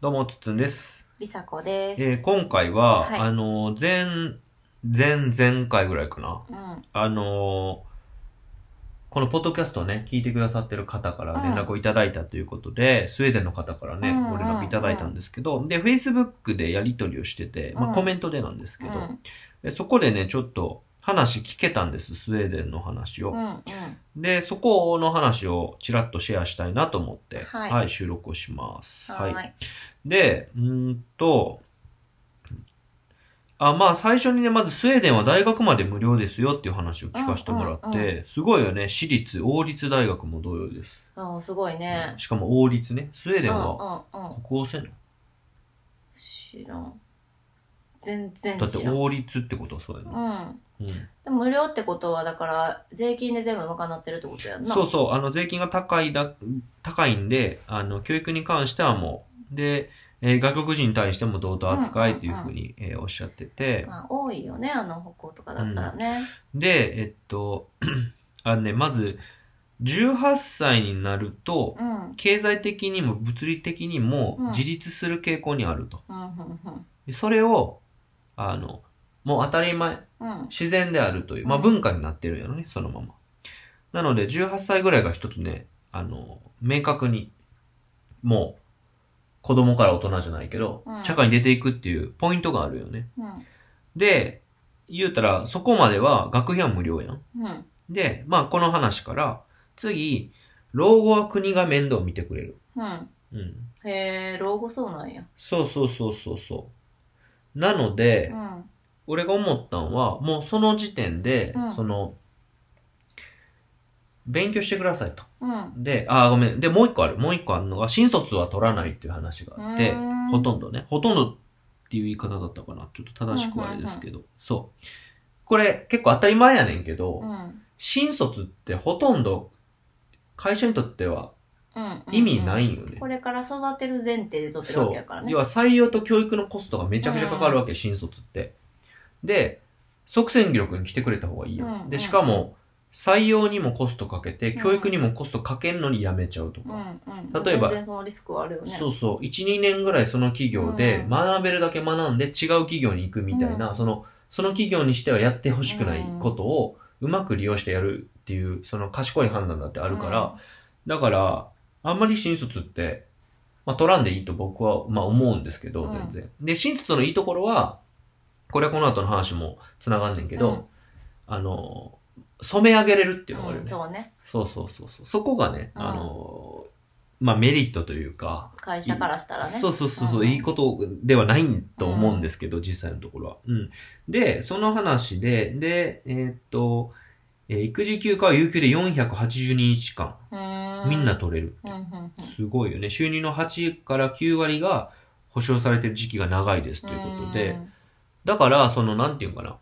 どうも、つっつんです。りさこです。えー今回は、はいあのー、前、前前回ぐらいかな。うん、あのーこのポッドキャストをね、聞いてくださってる方から連絡をいただいたということで、スウェーデンの方からね、うんご連絡いただいたんですけど、で、Facebook でやり取りをしてて、まうあ、んコメントでなんですけど、うんでそこでね、ちょっと話聞けたんです、スウェーデンの話を。うん、うん、で、そこの話をちらっとシェアしたいなと思って、はい収録をします。はーい、で、うーんと、あまあ、最初にね、まずスウェーデンは大学まで無料ですよっていう話を聞かせてもらって、うんうんすごいよね、私立、王立大学も同様です。あーすごいね。しかも王立ね、スウェーうん、デうンん、はうん、国王制なの、知らん。全然だって知らん。王立ってことはそうやな、うん。うんでも無料ってことは、だから、税金で全部賄ってるってことやんな。そうそう、あの、税金が高いだ、高いんで、あの、教育に関してはもう、で、えー外国人に対しても同等扱いというふうに、えーおっしゃってて、まあ、多いよね、あの、北欧とかだったらね。で、えっと、 あのね、まず、18歳になると、うん、うん、経済的にも物理的にもうん自立する傾向にあると。うん、うんでそれを、あの、もう当たり前、うん。自然であるという、まあうん文化になってるよね、そのまま。なので、18歳ぐらいが一つね、あの、明確に、もう、子供から大人じゃないけど、うん社会に出ていくっていうポイントがあるよね。うん、で、言うたら、そこまでは学費は無料やん。うん。で、まあこの話から、次、老後は国が面倒見てくれる。うん。うん。へえ、老後そうなんや。そうそうそうそうそう。なので、うん、俺が思ったんは、もうその時点で、うんその、勉強してくださいと。うん。で、あー、ごめん。で、もう一個ある。もう一個あるのが、新卒は取らないっていう話があってう、んほとんどね。ほとんどっていう言い方だったかな。ちょっと正しくはあれですけど。そう。これ結構当たり前やねんけど、うん、うん新卒ってほとんど会社にとってはうん。意味ないんよねこ。れから育てる前提で取ってるわそけやからう。ね。要は採用と教育のコストがめちゃくちゃかかるわけ、新卒って。で、即戦力に来てくれた方がいいやうんん。うんで、しかも、採用にもコストかけて、ん教育にもコストかけんのに辞めちゃうとか。うんうん、例えば全然そのリスクはあるよね。そうそう。1、2年ぐらいその企業でうん学べるだけ学んで違う企業に行くみたいな、うんその、その企業にしてはやってほしくないことをうまく利用してやるっていう、その賢い判断だってあるから、だから、あんまり新卒って、まあ、取らんでいいと僕は、まあ、思うんですけど、うん全然。で、新卒のいいところは、これはこの後の話も繋がんねんけど、うんあの、染め上げれるっていうのがあうんるうよん、ね。そうねそうそうそうそう。そこがね、うんあの、まあ、メリットというか、会社からしたらねそうそうそうそう、うんいいことではないと思うんですけど、実際のところは。うん。で、その話で、で、えーっと、えー育児休暇は有給で480日間、うーみんな取れる。うんうんうんすごいよね。収入の8から9割が保証されてる時期が長いですということで、だから、その、なんていうのかな。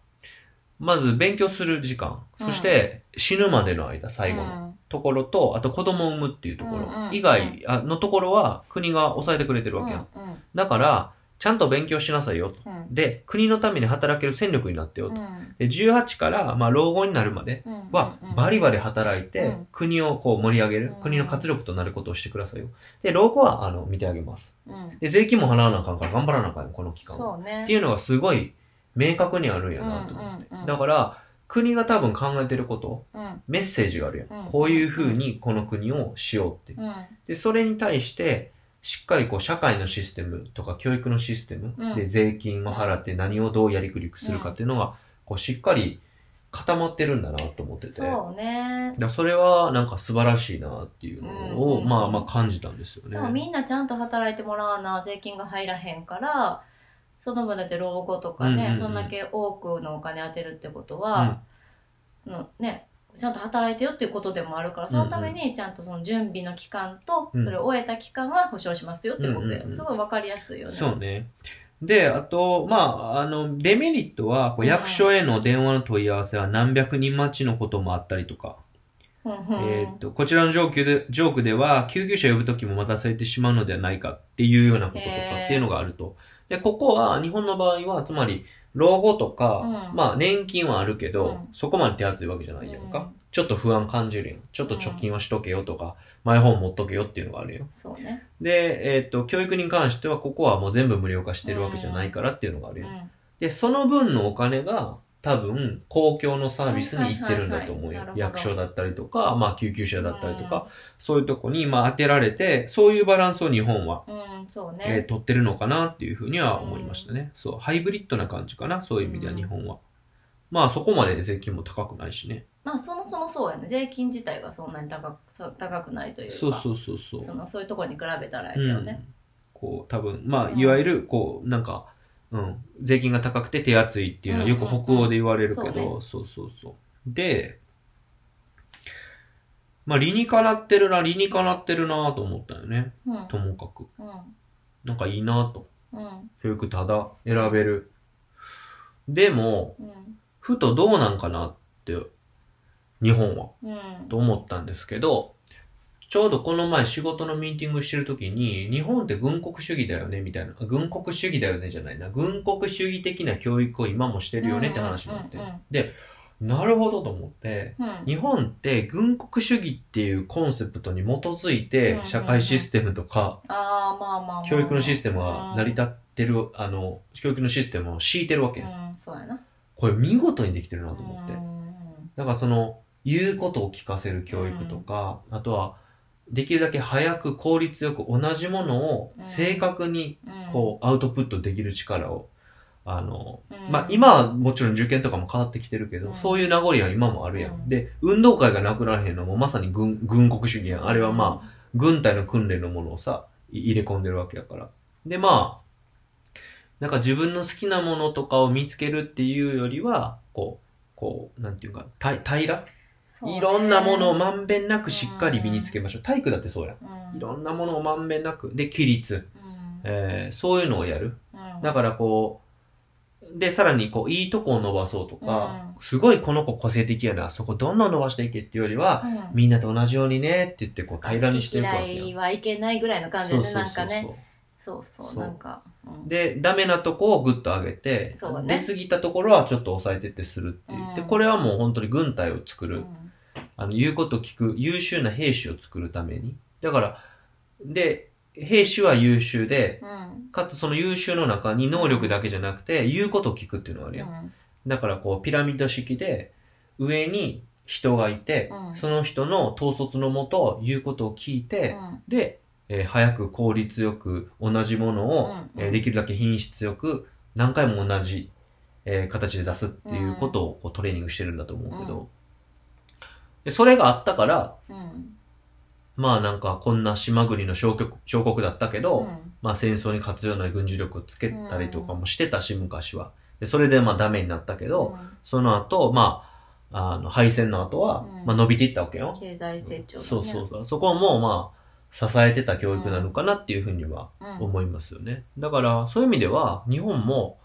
まず、勉強する時間、うんそして、死ぬまでの間、うん最後のところと、あと子供を産むっていうところうんうん以外あのところは国が抑えてくれてるわけやん。うんうんだから、ちゃんと勉強しなさいよと。うんで、国のために働ける戦力になってようと。んで、18から、まあ、老後になるまでうんはうん、バリバリ働いてうん、国をこう盛り上げるう、ん国の活力となることをしてくださいよ。で、老後は、あの、見てあげます。うんで、税金も払わなあかんから頑張らなあかんよ、この期間は。そうねっていうのがすごい明確にあるんやなと思って。うんうんうんだから、国が多分考えてること、うんメッセージがあるやん。うんこういう風にこの国をしようって。うんで、それに対して、しっかりこう社会のシステムとか教育のシステムうんで税金を払って何をどうやりくりくするかっていうのが、こうしっかり固まってるんだなと思ってて。そうねだからそれはなんか素晴らしいなっていうのを、うんまあまあ感じたんですよねで。もみんなちゃんと働いてもらわな税金が入らへんからその分だって老後とかね、うんうんうんそんだけ多くのお金当てるってことうはん、のねちゃんと働いてよっていうことでもあるからそのためにちゃんとその準備の期間とうんそれを終えた期間は保証しますよってことうんうんうよんすごい分かりやすいよねそうね。で、あと、まあ、あの、デメリットは、こううん役所への電話の問い合わせは何百人待ちのこともあったりとか、うんうんえーっと、こちらのジョークで、ジョークでは、救急車呼ぶときも待たされてしまうのではないかっていうようなこととかへーっていうのがあると。で、ここは、日本の場合は、つまり、老後とか、うんまあ、年金はあるけど、うんそこまで手厚いわけじゃないやんか。うんちょっと不安感じるやん。ちょっと貯金はしとけよとか、マイホーム持っとけよっていうのがあるよ。そうね。で、えっ、と、教育に関しては、ここはもう全部無料化してるわけじゃないからっていうのがあるうよ。ん。で、その分のお金が、多分、公共のサービスに行ってるんだと思うよ。はいはいはいなるほど役所だったりとか、まあ、救急車だったりとか、そういうとこに、まあ、当てられて、そういうバランスを日本は、うん、そうえーね。取ってるのかなっていうふうには思いましたね。そう、ハイブリッドな感じかな、そういう意味ではうん日本は。まあ、そこまで税金も高くないしね。まあ、そもそもそうやね。税金自体がそんなに高くそう高くないというか。そうそうそうそう。そのそういうところに比べたらやけうどんね。こう多分まあ、うんいわゆるこうなんか、うん、税金が高くて手厚いっていうのはよく北欧で言われるけど、うんうんそうそうそうでまあ理にかなってるな理にかなってるなと思ったよねうん。ともかくうなんかいいなとん。うん。教育ただ選べるでもうん。ふとどうなんかなって日本はうん。と思ったんですけど、ちょうどこの前仕事のミーティングしてる時に、日本って軍国主義だよね、みたいな。あ軍国主義だよね、じゃないな。軍国主義的な教育を今もしてるよねって話になってうんうんうん。なるほどと思って、うん。日本って軍国主義っていうコンセプトに基づいうんてうん、うん社会システムとか、ああ、まあまあまあまあ。教育のシステムが成り立ってる、あの、教育のシステムを敷いてるわけ。うん、そうやな。これ見事にできてるなと思ってう。んだからその言うことを聞かせる教育とか、あとはできるだけ早く効率よく同じものをうん正確にうんこうアウトプットできる力を、あの、うんまあ、今はもちろん受験とかも変わってきてるけど、うんそういう名残は今もあるやん。うんで、運動会がなくならへんのもまさに軍軍国主義やん。あれはまあ、あ、軍隊の訓練のものをさ、い入れ込んでるわけやから。で、まあ、なんか自分の好きなものとかを見つけるっていうよりは、こう、こう、なんていうか、た平ら、そうねいろんなものをまんべんなくしっかり身につけましょう。体育だってそうやん。うんいろんなものをまんべんなく。で、規律。えーそういうのをやる。うんだからこう、で、さらにこう、いいとこを伸ばそうとか、うすごいこの子個性的やな、そこどんどん伸ばしていけっていうよりは、うんみんなと同じようにねって言ってこう平らにしていくわ好けきやん嫌いはいけないぐらいの感じそうでそうそうねなんそかうねそうそそううなんかうんで、ダメなとこをグッと上げて、そうね出過ぎたところはちょっと抑えてってするっていう。で、うんこれはもう本当に軍隊を作うる、んあの、言うことを聞く、優秀な兵士を作るために。だから、で、兵士は優秀で、うんかつその優秀の中に能力だけじゃなくて、言うことを聞くっていうのがあるやん。だからこう、ピラミッド式で、上に人がいて、うんその人の統率のもと、言うことを聞いて、うんで、えー早く効率よく同じものを、うんえーうんできるだけ品質よく何回も同じ、えー形で出すっていうことをこうトレーニングしてるんだと思うけど、でそれがあったからうんまあなんかこんな島国の小国小国だったけど、うんまあ戦争に勝つような軍事力をつけたりとかもしてたし、昔はでそれでまあダメになったけど、その後まああの敗戦の後は、うんまあ伸びていったわけよ、経済成長そうそうそう。そこもまあ、支えてた教育なのかなっていうふうにはうん思いますよね。だから、そういう意味では、日本も、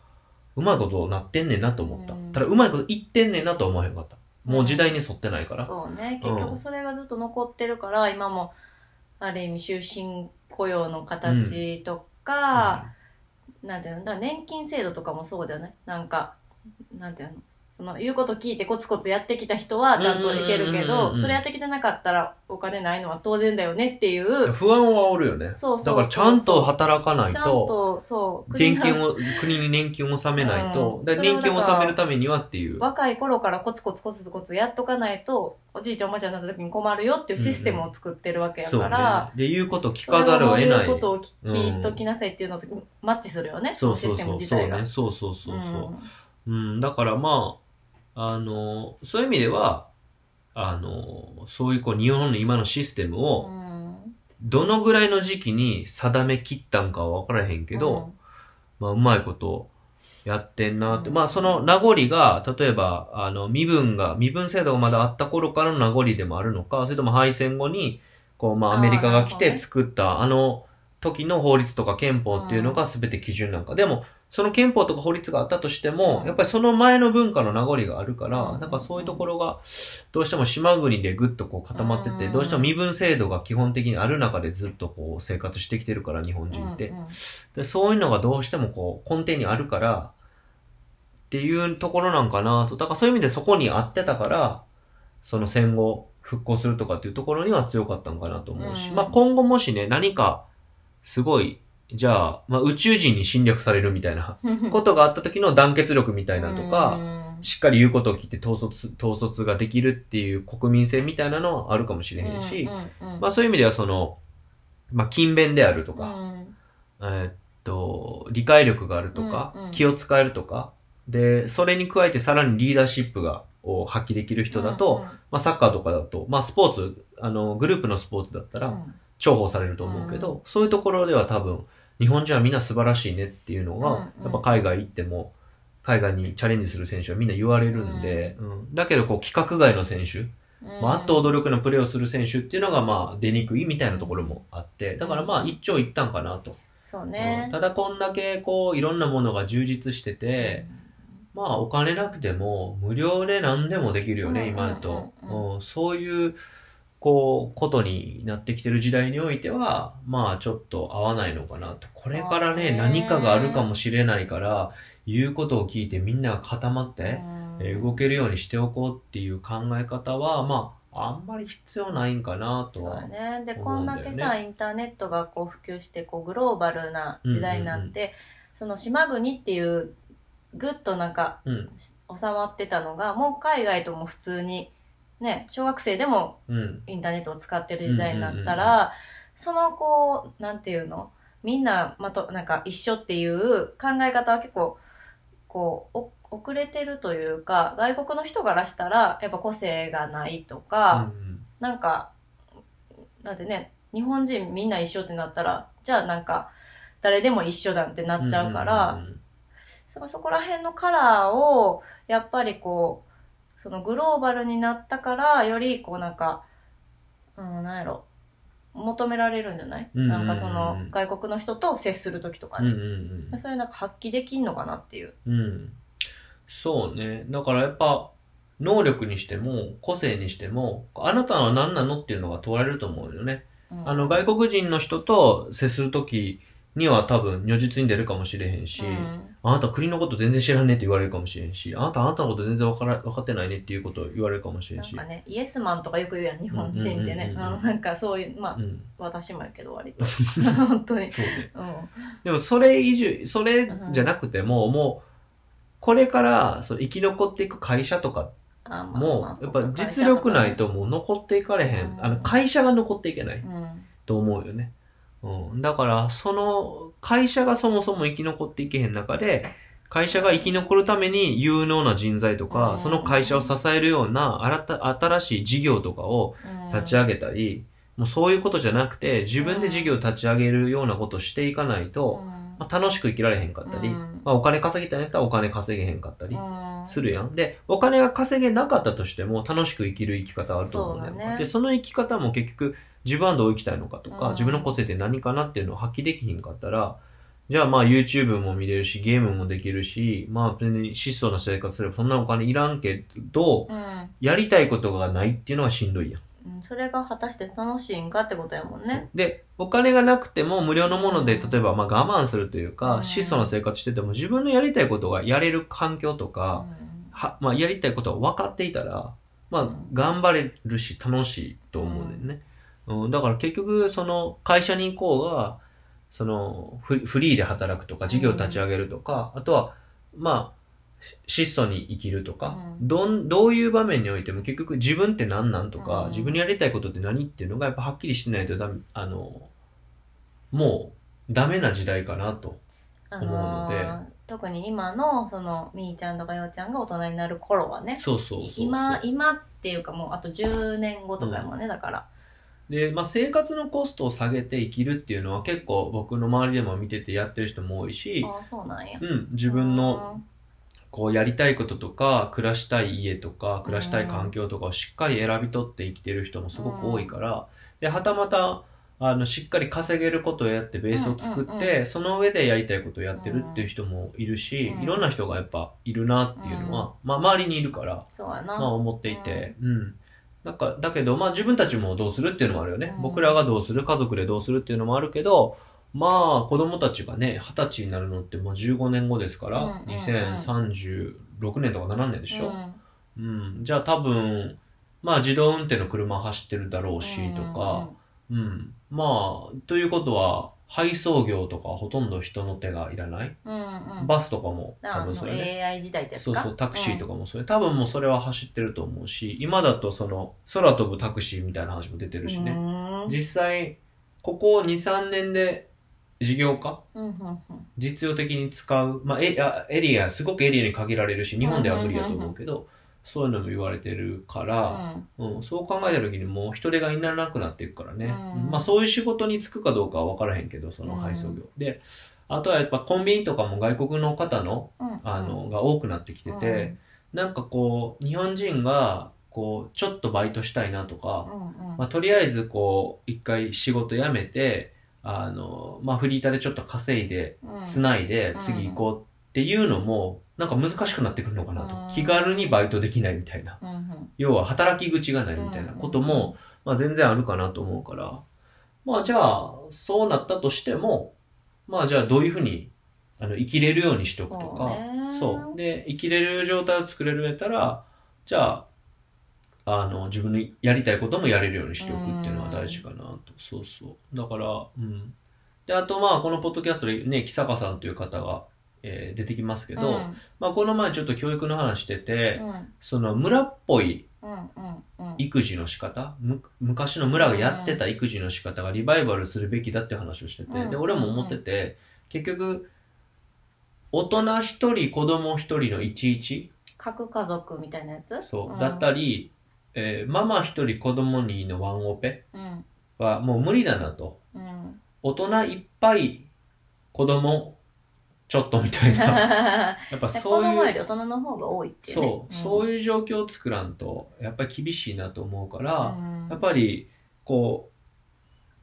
うまいことなってんねんなと思った。うんただ、うまいこと言ってんねんなとは思わへんかった。もう時代に沿ってないから。そうね結局それがずっと残ってるから今もある意味終身雇用の形とかなんていうのだから年金制度とかもそうじゃないなんかなんていうのその言うこと聞いてコツコツやってきた人はちゃんといけうるけんうんうんうんうどんそれやってきてなかったらお金ないのは当然だよねっていううん不安はおるよね。そうそうそだうから、ちゃんと働かないちゃんと、とそう年金国がを、国に年金を納めないとう、んだからそれ年を金をだから納めるためにはっていう。若い頃からコツコツコツコツやっとかないとおじいちゃんおばあちゃんになった時に困るよっていうシステムを作ってるわけやそうかねら。。で、言うこと聞かざるを得ないそういう。ことを聞うん聞いときなさいっていうのとマッチするよね、そうそシスうテそムう。自そう体がね。。そうそうそうそう。んうん、だからまあ、あの、そういう意味では、あの、そういうこう、日本の今のシステムを、うんどのぐらいの時期に定め切ったんかは分からへんけど、まあ、うまいことやってんなって。うんまあ、その名残が、例えば、あの、身分が、身分制度がまだあった頃からの名残でもあるのか、それとも敗戦後に、こう、まあ、あーアメリカが来なるほどてね作った、あの時の法律とか憲法っていうのが全て基準なんか。でも、その憲法とか法律があったとしても、うんやっぱりその前の文化の名残があるから、うんなんかそういうところが、どうしても島国でぐっとこう固まってて、うんどうしても身分制度が基本的にある中でずっとこう生活してきてるから、日本人って。うんうんでそういうのがどうしてもこう根底にあるからっていうところなんかなとだからそういう意味でそこに合ってたからその戦後復興するとかっていうところには強かったのかなと思うし、うんまあ今後もしね、何かすごい、じゃあ、まあ宇宙人に侵略されるみたいなことがあった時の団結力みたいなとか、しっかり言うことを聞いて統率、統率ができるっていう国民性みたいなのはあるかもしれへんし、まあそういう意味ではその、まあ勤勉であるととか、えーっと、理解力があるとか、うんうん気を使えるとか、で、それに加えてさらにリーダーシップが、を発揮できる人だと、、まあ、サッカーとかだと、まあ、スポーツ、あの、グループのスポーツだったうんらう、ん重宝されると思うけど、そういうところでは多分、日本人はみんな素晴らしいねっていうのが、うんうんやっぱ海外行っても、海外にチャレンジする選手はみんな言われるんで、うんだけど、こう、規格外の選手、うんまあ、圧倒努力のプレーをする選手っていうのが、まあ、出にくいみたいなところもあって、だからまあ、一長一短かなと。そううんね。ただ、こんだけ、こう、いろんなものが充実してて、まあお金なくても無料で何でもできるよね、うん今だと、うんうんうんそういう、こう、ことになってきてる時代においては、まあちょっと合わないのかなと。これからね、そうね何かがあるかもしれないから、言うことを聞いてみんなが固まって、えー動けるようにしておこうっていう考え方は、まあ、あんまり必要ないんかなとそうはだ。ね、で思こうんんだよだねけさインターネットがこう普及してこうグローバルな時代になって、その島国っていうぐっとなんか、うんし収まってたのがもう海外とも普通に、ね、小学生でもうん。インターネットを使ってる時代になったら、そのこうなんていうのみんなまとなんか一緒っていう考え方は結構こうお遅れてるというか外国の人からしたらやっぱ個性がないとか。うんなんか、だってね、日本人みんな一緒ってなったら、じゃあなんか、誰でも一緒だってなっちゃうから、うんうんうんそそこら辺のカラーを、やっぱりこう、そのグローバルになったから、よりこうなんか、うん、なんやろ、求められるんじゃない、うんうんうんなんかその、外国の人と接するときとかうんね。うんうんそういうなんか発揮できんのかなっていう。うん。そうね。だからやっぱ、能力にしても、個性にしても、あなたは何なのっていうのが問われると思うよね。うんあの、外国人の人と接するときには多分如実に出るかもしれへんし、うんあなた国のこと全然知らんねって言われるかもしれんし、あなたあなたのこと全然わから、わかってないねっていうことを言われるかもしれんなんし。かね、イエスマンとかよく言うやん、日本人ってね。うんうんうんうんあのなんかそういう、まあう、ん。私もやけど割と 本当にそうね。うんでもそれ以上、それじゃなくても、もう、これから、その生き残っていく会社とかあまあまもあう、そやっうかぱ実力ないともう残っていかれへんう。んあの、会社が残っていけない会社とかねと思うよね。うん。だから、その、会社がそもそも生き残っていけへん中で、会社が生き残るために有能な人材とうか、んその会社を支えるような新た新しい事業とかをうん立ち上げたり、もうそういうことじゃなくて、自分で事業を立ち上げるようなことをしていかないと、まあ、楽しく生きられへんかったり、うんまあ、お金稼ぎたいんやったらお金稼げへんかったり、するやん。で、お金が稼げなかったとしても楽しく生きる生き方はあると思うんだよそうだねで、その生き方も結局自分はどう生きたいのかとか、うん自分の個性って何かなっていうのを発揮できひんかったら、じゃあまあ YouTube も見れるし、ゲームもできるし、まあ別に質素な生活すればそんなお金いらんけど、うんやりたいことがないっていうのはしんどいやん。うんそれが果たして楽しいんかってことやもんねで、お金がなくても無料のもので、例えばまあ我慢するといううか、ん質素な生活してても自分のやりたいことがやれる環境とか、は、まあ、やりたいことは分かっていたら、まあ、頑張れるし、楽しいと思うんだよね。うん、だから結局、その、会社に行こうが、そのフ、フリーで働くとか、事業立ち上げるとか、あとは、まあ、し質素に生きるとか、うんどん、どういう場面においても結局自分って何なんとか、うん自分にやりたいことって何っていうのがやっぱはっきりしてないとダメ、あの、もう、ダメな時代かなと。あ思のうー特に今のそのみーちゃんとかようちゃんが大人になる頃はねそうそうそうそう。今今っていうかもうあと10年後とかやもんね、だからで、まあ、生活のコストを下げて生きるっていうのは結構僕の周りでも見ててやってる人も多いし、ああそうなんやうん、自分のこうやりたいこととか暮らしたい家とか暮らしたい環境とかをしっかり選び取って生きてる人もすごく多いから、ではたまたあのしっかり稼げることをやってベースを作って、うんうんうその上でやりたいことをやってるっていう人もいるし、うんいろんな人がやっぱいるなっていうのは、まあ、周りにいるからそうやまあな、思っていて、うん。なんか、だけど、まあ自分たちもどうするっていうのもあるよね。うん僕らがどうする、家族でどうするっていうのもあるけど、まあ子供たちがね、二十歳になるのってもう15年後ですから、うんうんうん2036年とか7年でしょ、うんうん、じゃあ多分、まあ自動運転の車走ってるだろうしとか、うん、まあ、ということは、配送業とかほとんど人の手がいらない。うんうんうんうんバスとかも多あ分のそれね。 AI 時代ってやそつうかそう、タクシーとかもそれ、多分もうそれは走ってると思うし、今だとその、空飛ぶタクシーみたいな話も出てるしね。実際、ここ2、3年で事業化うんうんうんうん実用的に使う、まあ、エあエリア、すごくエリアに限られるし、日本では無理やと思うけど、そういうのも言われてるから、うん、そう考えた時にもう人手がいなくなっていくからね、うんまあそういう仕事に就くかどうかは分からへんけど、その配送業。で、あとはやっぱコンビニとかも外国の方の、うんうんあの、が多くなってきてて、なんかこう、日本人が、こう、ちょっとバイトしたいなとか、うんうんうんまあ、とりあえずこう一回仕事辞めてあの、まあ、フリーターでちょっと稼いでうんつないでうん次行こうっていうのもなんか難しくなってくるのかなうんと気軽にバイトできないみたいなうんうん要は働き口がないみたいなことも、まあ、全然あるかなと思うからまあじゃあそうなったとしてもまあじゃあどういうふうにあの生きれるようにしとくとか。そう。で、生きれる状態を作れるんやったら、じゃあ、あの、自分のやりたいこともやれるようにしておくっていうのは大事かなと。そうそう。だから、うん。で、あと、まあ、このポッドキャストでね、木坂さんという方が、えー出てきますけけど、まあ、この前ちょっと教育の話してて、うんその、村っぽいうんうんうん育児の仕方、む昔の村がやってた育児の仕方がリバイバルするべきだって話をしてて、うんで、俺も思ってて、結局、大人一人、子供一人のいちいち、核家族みたいなやつそう、んだったり、えーママ一人子供にのワンオペうんはもう無理だなと。うん大人いっぱい子供ちょっとみたいな。 や子っぱ そう供よいりう、大人の方が多いっていうねそう、そういいう状況を作らんと、やっぱり厳しいなと思うから、んやっぱり、こう、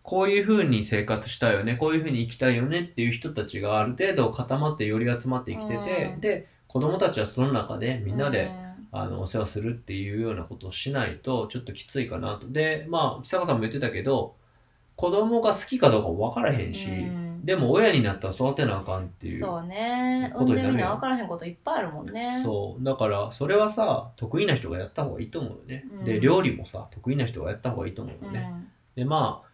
こういう風に生活したいよね、こういう風に生きたいよねっていう人たちがある程度固まって寄り集まって生きてて、うんで、子供たちはその中でみんなで、うんあの、お世話するっていうようなことをしないと、ちょっときついかなと。で、まあ、木坂さんも言ってたけど、子供が好きかどうかも分からへんし、うんでも親になったら育てなあかんっていう。そうねこ産とんになるでやんみな分からへんこといっぱいあるもんねそうだから、それはさ、得意な人がやった方がいいと思うよね。うんで、料理もさ、得意な人がやった方がいいと思うよね。ねで、まあ、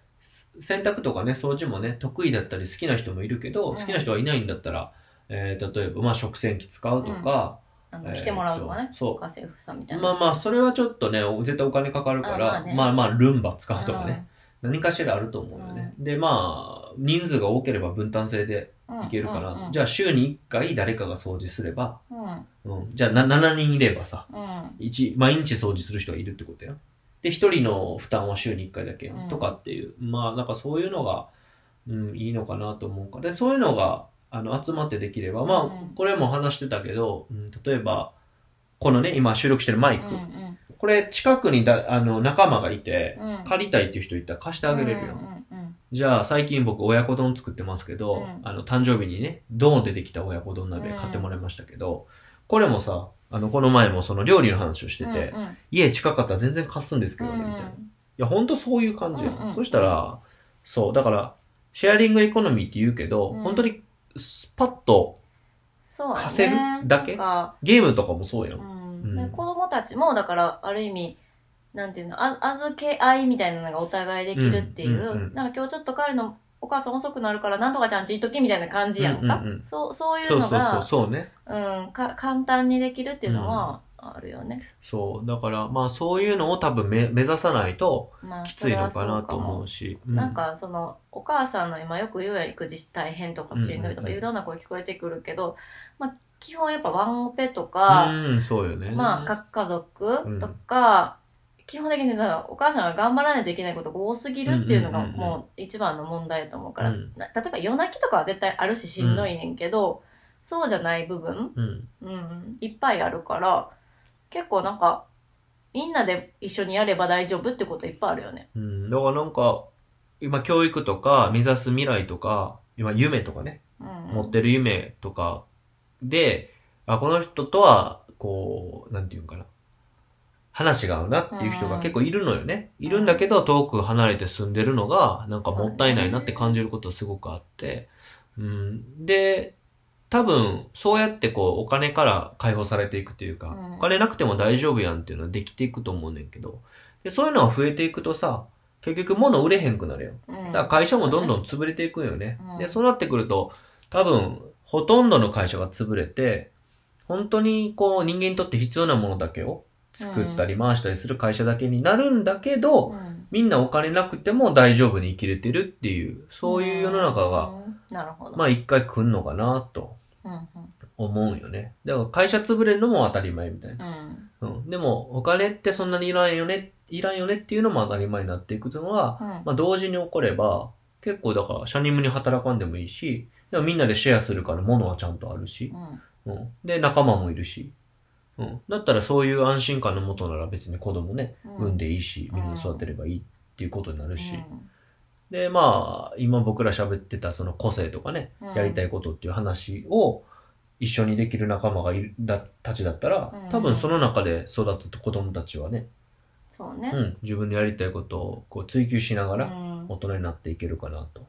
洗濯とかね、掃除もね、得意だったり好きな人もいるけど、うん好きな人はいないんだったら、えー例えば、まあ、食洗機使うとか、あえのー来てもらうとかねとそう家、政婦さんみたいなまあまあ、それはちょっとね、絶対お金かかるかあまあら、ねまあまあ、ルンバ使うとかね、何かしらあると思うよね。で、まあ、人数が多ければ分担制でうんいけるかうんうんらう、んじゃあ週に1回誰かが掃除すれば、うんうん、じゃあな7人いればさ、うん一毎日掃除する人がいるってことや。で、1人の負担は週に1回だけうんとかっていう、まあ、なんかそういうのが、うん、いいのかなと思うから、で、そういうのが、あの、集まってできれば、まうんあ、これも話してたけど、うん、例えば、このね、今収録してるマイうク、んこれ近くにだあの仲間がいてうんうん借りたいっていう人いたら貸してあげれるよ、うんうんうんじゃあ最近僕親子丼作ってますけど、うんあの誕生日にねドーンでできた親子丼鍋買ってもらいましたけど、これもさあのこの前もその料理の話をしてて、うんうん家近かったら全然貸すんですけどね、みたいないやほんとそういう感じや、うんうんそしたらそうだからシェアリングエコノミーって言うけど、うん本当にスパッとそう貸せるだけなんかゲームとかもそうやん、うんうでん子供たちもだからある意味なんていうのあ預け合いみたいなのがお互いできるっていう、うんうんうんなんか今日ちょっと帰るのお母さん遅くなるからなんとかちゃんちいっときみたいな感じやんか、うんうんうんそうそういうそうのそうそうがそうねうんか簡単にできるっていうのはあるよね、そう。だから、まあそういうのを多分め目指さないとまあきついのかなとも思うし。うなん、かそのお母さんの今よく言うやん育児大変とかしうんどいとんうんうかんいうような声聞こえてくるけど、まあ、基本やっぱワンオペとうか、ん、そうよね。まあ各家族とか、基本的にだからお母さんが頑張らないといけないことが多すぎるっていうのがうんうんうんうんもう一番の問題だと思うから、うんな例えば夜泣きとかは絶対あるししんどいねんけど、そうじゃない部分、うん。うん、いっぱいあるから結構なんかみんなで一緒にやれば大丈夫ってこといっぱいあるよね。うん。だからなんか、今教育とか目指す未来とか、今夢とかね、うん、持ってる夢とかで、あ、この人とは、こう、なんていうんかな。話が合うなっていう人が結構いるのよね。うんいるんだけど、遠く離れて住んでるのが、なんかもったいないなって感じることすごくあって。うん。で、多分、そうやってこう、お金から解放されていくというか、うんお金なくても大丈夫やんっていうのはできていくと思うねんけど、でそういうのが増えていくとさ、結局物売れへんくなるよ。うんだから会社もどんどん潰れていくんよね。うんで、そうなってくると、多分、ほとんどの会社が潰れて、本当にこう、人間にとって必要なものだけを作ったり回したりする会社だけになるんだけど、うんみんなお金なくても大丈夫に生きれてるっていう、そういう世の中が、うんなるほど、まあ一回来んのかなとうんうん思うんよね。だから会社潰れるのも当たり前みたいな。うんうん。でも、お金ってそんなにいらんよね、いらんよねっていうのも当たり前になっていくのは、うんまあ同時に起これば、結構だから、シャニムに働かんでもいいし、でもみんなでシェアするから物はちゃんとあるし、うんうん。で、仲間もいるし、うん。だったらそういう安心感のもとなら別に子供ね、うん産んでいいし、うんみんな育てればいいっていうことになるし、うんで、まあ、今僕ら喋ってたその個性とかね、うんやりたいことっていう話を一緒にできる仲間がいるだたちだったらうん、多分その中で育つ子供たちはね、そううね、ん、自分のやりたいことをこう追求しながうらん大人になっていけるかなと。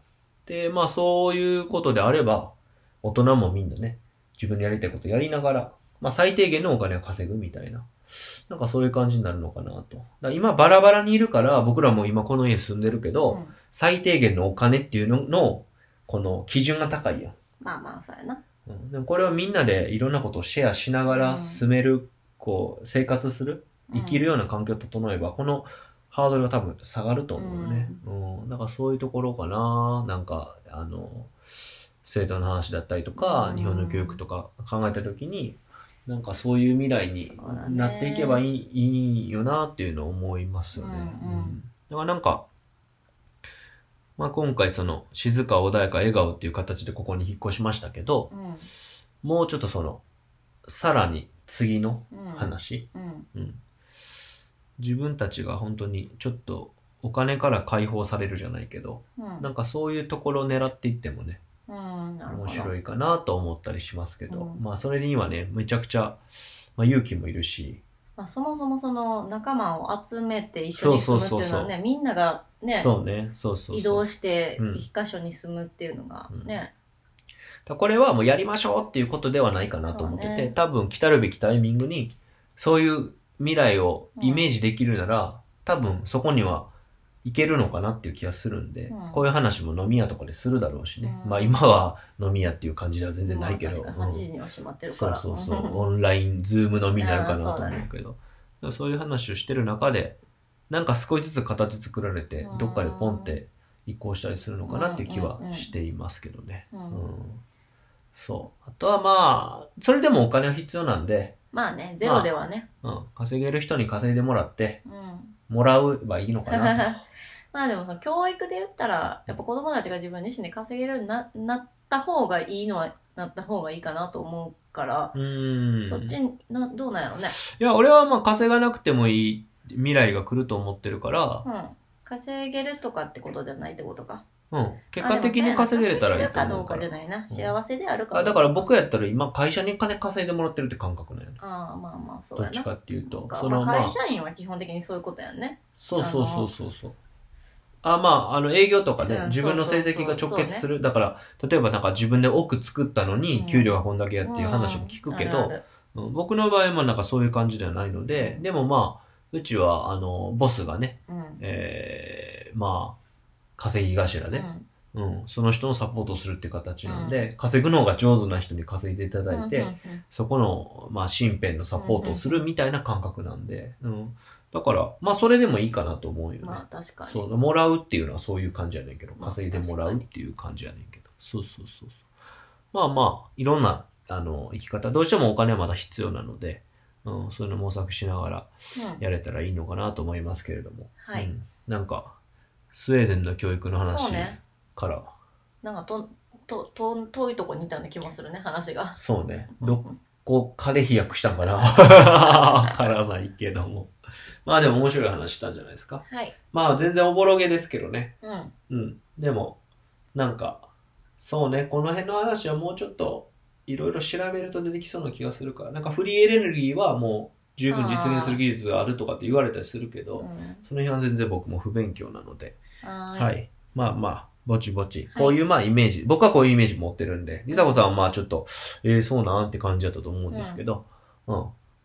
で、まあそういうことであれば、大人もみんなね、自分のやりたいことやりながら、まあ最低限のお金を稼ぐみたいな。なんかそういう感じになるのかなと。だから今バラバラにいるから、僕らも今この家住んでるけど、うん最低限のお金っていうのの、この基準が高いやん。まあまあそうやなうん、でもこれをみんなでいろんなことをシェアしながうらん進める、こう、生活する、生きるような環境を整えば、このハードルが多分下がると思うよね。うん。だからそういうところかな。なんか、あの、生徒の話だったりとか、うん日本の教育とか考えたときに、なんかそういう未来にそうだねなっていけばいい,、いいよなっていうのを思いますよね。うんうんだからなんか、まあ、今回その静か穏やか笑顔っていう形でここに引っ越しましたけど、うん、うんもうちょっとその、さらに次の話、うん自分たちが本当にちょっとお金から解放されるじゃないけど、うんなんかそういうところを狙っていってもね、うんなるほ面ど白いかなと思ったりしますけど、うんまあそれにはね、めちゃくちゃ、まあ勇気もいるし、まあ、そもそもその仲間を集めて一緒に住むっていうのはそねうそうそうそみんながねそうね、そうそうそう。移動してうん一箇所に住むっていうのがね、だからこれはもうやりましょうっていうことではないかなと思ってそうて、ね多分来たるべきタイミングに、そういう未来をイメージできるなら、多分そこにはいけるのかなっていう気がするんで、うんこういう話も飲み屋とかでするだろうしね。うんまあ今は飲み屋っていう感じでは全然なまあいけど。確かにうん8時には閉まってるかそうら、そうそう、オンライン、ズームのみになるかなと思うけど、でもそういう話をしてる中で、なんか少しずつ形作られてう、んどっかでポンって移行したりするのかなっていう気はうんうんうんしていますけどね。うんうんそう。あとはまあ、それでもお金は必要なんで、まあねゼロではね、うん、稼げる人に稼いでもらって、うん、もらえばいいのかなと。 まあでもその教育で言ったらやっぱ子供たちが自分自身で稼げるようにななった方がいいのはなった方がいいかなと思うから、うん。そっちなどうなんやろうね、いや、俺はまあ稼がなくてもいい未来が来ると思ってるから、うん、稼げるとかってことじゃないってことかうん。結果的に稼げれたらいいとあで思うもそかうやな稼げるかどうらかじゃ。ないな幸せであるかあだから僕ややったら今会社に金稼いでもらってるって感覚なんやねああまあまあそうどやっちなかっていうとそっかそのまあまあ会社員は基本的にそういうことやんねそうそうそうそうそうあまああの営業とかね、うん自分の成績が直結する、だから例えばなんか自分で億作ったのうにん給料がこんだけやっていう話も聞くけうんあど、るうん僕の場合はなんかそういう感じではないのででもまあうちはあのボスがね、あるうんえーまあ稼ぎ頭で、うんうん、その人のサポートするっていう形なんで、稼ぐのが上手な人に稼いでいただいて、うんうんうんそこの、まあ、身辺のサポートをするみたいな感覚なんで、うん。だから、まあ、それでもいいかなと思うよね。まあ確かにそう、もらうっていうのはそういう感じやねんけど、まあ稼いでもらうっていう感じやねんけど。そうそうそうそう。まあまあ、いろんな、あの、生き方、どうしてもお金はまだ必要なので、うん、そういうの模索しながらうんやれたらいいのかなと思いますけれども。はいうんなんか、スウェーデンの教育のそう話ねから、なんかととと遠いとこにいたような気もするね話がそうね、うどんこう、で飛躍したん かなわからないけども。まあでも面白い話したんじゃないですか。はいまあ全然おぼろげですけどね。うんうん。でも、なんか、そうね、この辺の話はもうちょっと、いろいろ調べると出てきそうな気がするから、なんかフリーエネルギーはもう十分実現する技術があるとかって言われたりするけうど、んその辺は全然僕も不勉強なので、はーいはい。まあまあ、ぼちぼち。こういうまあイメージ、僕はこういうイメージ持ってるんで、りさこさんはまあちょっと、えー、そうなんって感じだったと思うんですけど、うん。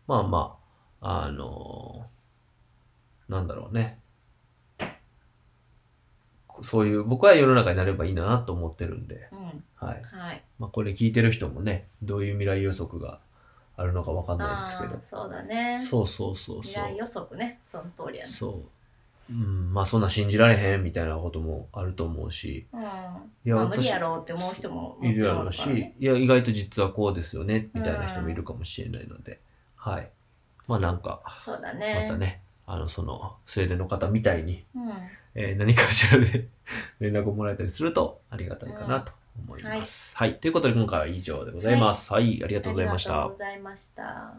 まあまあ、あのーなんだろうね。そういう、僕は世の中になればいいなと思ってるんで、うん。はい。はい。まあこれ聞いてる人もね、どういう未来予測があるのかわかんないですあけあどー、。そうだね。そうそうそう未そ来う。予測ね。その通りやね。そう。うん、まあそんな信じられへんみたいなこともあると思うし、うん。いや、まあ、無理私やろうって思う人ももいるちやろろんうかし、らねいや、意外と実はこうですよね、みたいな人もいるかもしれないので、はい。まあなんか、そうだまね。たね、あの、その、スウェーデンの方みたいに、うん。えー何かしらで 連絡をもらえたりするとありがたいかなと思います。はい。ということで今回は以上でございます。はい、ありがとうございましたありがとう。ございました。